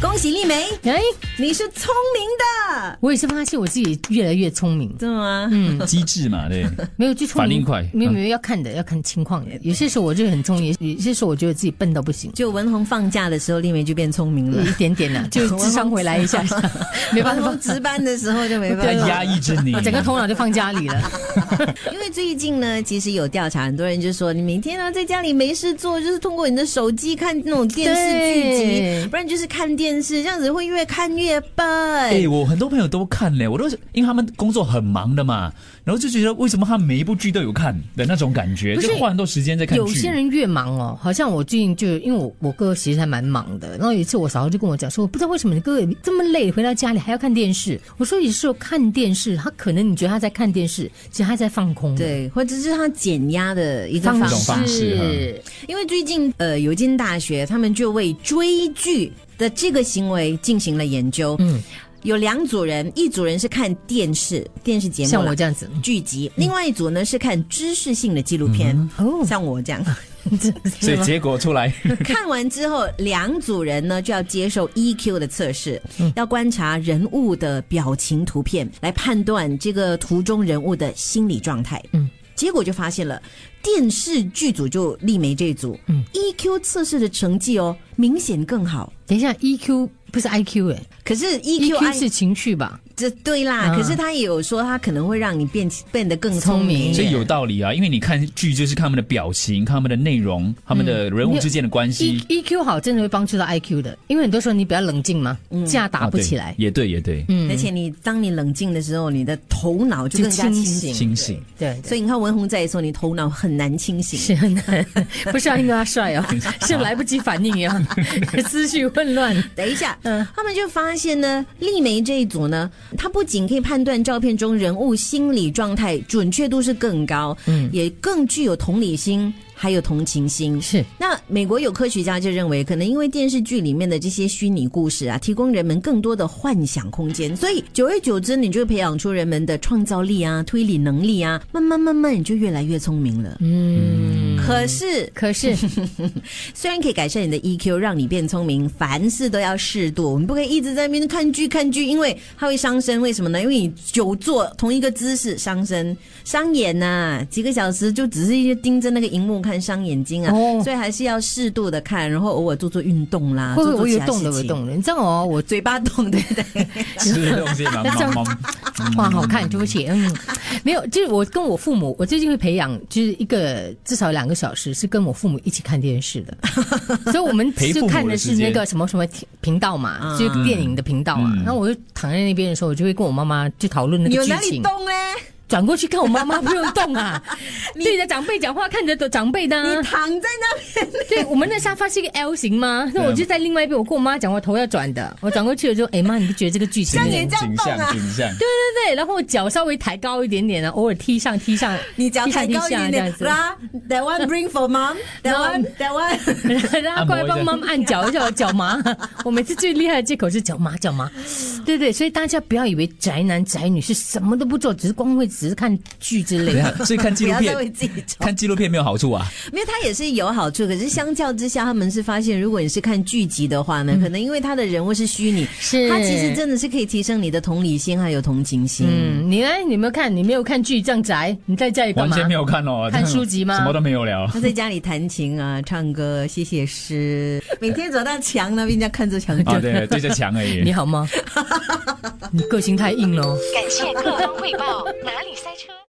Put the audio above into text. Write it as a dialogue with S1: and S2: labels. S1: 恭喜丽梅，
S2: 哎，
S1: 你是聪明的，
S2: 我也是发现我自己越来越聪 明，
S1: 真的吗？嗯，
S3: 机智嘛， 对，
S2: 没有就聪明
S3: 反应快嗯
S2: 没有没有要看的，要看情况的。有些时候我就很聪明，有些时候我觉得自己笨到不行，
S1: 就文红放假的时候，丽梅就变聪明了
S2: 有。一点点 啦，就智商回来一下， 没办
S1: 嗯文
S2: 法
S1: 红，值班的时候就没
S3: 他
S1: 办法。
S3: 压抑着你，
S2: 我啊整个头脑就放家 里了。
S1: 因为最近呢，其实有调查，很多人就说你每天啊在家里没事做，就是通过你的手机看那种电视剧集，
S2: 对
S1: 不然就是看电视，这样子会越看越笨。
S3: 哎、我很多朋友都看嘞，我都是因为他们工作很忙的嘛，然后就觉得为什么他每一部剧都有看的那种感觉，
S2: 不是
S3: 就花很多时间在看剧。
S2: 有些人越忙哦，好像我最近就因为我我哥其实还蛮忙的，然后有一次我嫂嫂就跟我讲说，我不知道为什么你哥哥这么累，回到家里还要看电视。我说有时候看电视，他可能你觉得他在看电视，其实他在放空。。
S1: 对，或者是他减压的一个
S2: 方
S1: 方
S3: 种
S1: 式。
S3: 方式
S2: 式，
S1: 因为最近呃，有一间大学他们就为追剧的这个行为进行了研究。
S2: 嗯，
S1: 有两组人，一组人是看电视电视节目啦，
S2: 像我这样子，
S1: 剧集；另外一组呢是看知识性的纪录片，
S2: 哦
S1: 像我这样。
S3: 所以结果出来，
S1: 看完之后，两组人呢就要接受 EQ 的测试，
S2: 嗯
S1: 要观察人物的表情图片来判断这个图中人物的心理状态。
S2: 嗯，
S1: 结果就发现了电视剧组就丽梅这组，
S2: 嗯
S1: ，EQ 测试的成绩哦明显更好。
S2: 等一下，EQ 不是 IQ 哎、
S1: 可是
S2: e
S1: EQ
S2: q
S1: 按
S2: 是情绪吧？
S1: 这对啦，
S2: 啊
S1: 可是他也有说他可能会让你变变得更聪明一
S2: 聪明
S3: 所
S1: 点，
S3: 以有道理啊，因为你看剧就是看他们的表情、看他们的内容、他们的人物之间的关
S2: E
S3: 系，
S2: E Q 好，真的会帮助到 I Q 的，因为很多时候你比较冷静嘛，架打
S3: 啊
S2: 不
S3: 对
S2: 起来。
S3: 也对，也对，
S2: 嗯
S1: 而且你当你冷静的时候，你的头脑就更加
S2: 就
S1: 清
S2: 清
S1: 醒。
S2: 醒
S3: 清 醒。
S2: 对，对
S1: 所以你看文红在的时候，你头脑很难清醒。
S2: 是很难， 不是要因为他帅哦，是来不及反应呀，思绪混乱。
S1: 等一下，
S2: 嗯
S1: 他们就发现呢，丽梅这一组呢，她不仅可以判断照片中人物心理状态准确度是更高，
S2: 嗯
S1: 也更具有同理心，还有同情心。
S2: 是
S1: 那美国有科学家就认为，可能因为电视剧里面的这些虚拟故事啊，提供人们更多的幻想空间，所以久而久之，你就会培养出人们的创造力啊、推理能力啊，慢慢慢慢，你就越来越聪明了。嗯，可是
S2: 可是
S1: 虽然可以改善你的 EQ，让你变聪明，凡事都要适度，我们不可以一直在那边看剧看剧，因为它会伤身。为什么呢？因为你久坐同一个姿势伤身、伤眼呐、几个小时就只是一直盯着那个荧幕看，伤眼睛啊。
S2: 哦
S1: 所以还是要适度的看，然后偶尔做做运动啦，
S2: 会
S1: 做
S2: 不会
S1: 做
S2: 我有
S1: 其他
S2: 动
S1: 事
S2: 的，我有
S1: 情，
S2: 动的。你知道哦，我
S1: 嘴巴动，对不对？
S3: 吃东西嘛，
S2: 这样
S3: 忙 忙
S2: 哇，好看，对不 起，嗯，没有，就是我跟我父母，我最近会培养，就是一个至少两个小时是跟我父母一起看电视 的，所以我们
S3: 陪父
S2: 就
S3: 母的
S2: 看的是
S3: 时间嗯
S2: 那个什么什么频道
S1: 嗯
S2: 嘛，就是电影的频道啊。然后我就躺在那边的时候，我就会跟我妈妈去讨论那
S1: 有
S2: 个剧
S1: 哪里
S2: 情，
S1: 动嘞？
S2: 转过去看我妈 妈不用动啊，对着长辈讲话，看着长辈的啊、
S1: 你躺在那边，
S2: 对，我们的沙发是一个 L 型吗？
S3: 啊
S2: 那我就在另外一边，我跟我妈讲，我头要转的，我转过去了之后，哎妈，你不觉得这个剧情？
S1: 像
S2: 对
S1: 你这样
S3: 景
S1: 动啊
S3: 象景象，
S2: 对对，然后我脚稍微抬高一点点呢，偶尔踢上踢上，
S1: 你只要
S2: 踢
S1: 抬
S2: 上踢
S1: 高一
S2: 下
S1: 点
S2: 这样
S1: 点
S2: 子。
S1: 啦。That one bring for mom, that
S2: No.
S1: one, that one.
S2: 然后过来帮妈妈按脚一下，我脚麻。我每次最厉害的借口是脚麻，脚麻。对对，所以大家不要以为宅男宅女是什么都不做，只是光会只是看剧之类
S3: 等一
S2: 的。
S3: 下，啊所以看纪录
S1: 不要再为
S3: 片，
S1: 自己找
S3: 看纪录片没有好处啊。
S1: 没有，它也是有好处，可是相较之下，他们是发现，如果你是看剧集的话呢，可能因为他的人物是虚拟，
S2: 嗯是
S1: 它其实真的是可以提升你的同理心还有同情心。
S2: 嗯，你呢？你有没有看？你没有看剧这样宅？你在家里干
S3: 完
S2: 嘛？
S3: 全没有看哦，
S2: 看书籍吗
S3: 什么都没有了。
S1: 他在家里弹琴啊，唱歌，写写诗，每天走到墙那边，人家看着墙
S3: 啊，对，对着墙而已。
S2: 你好吗？你个性太硬了哦。
S4: 感谢各方汇报，哪里塞车？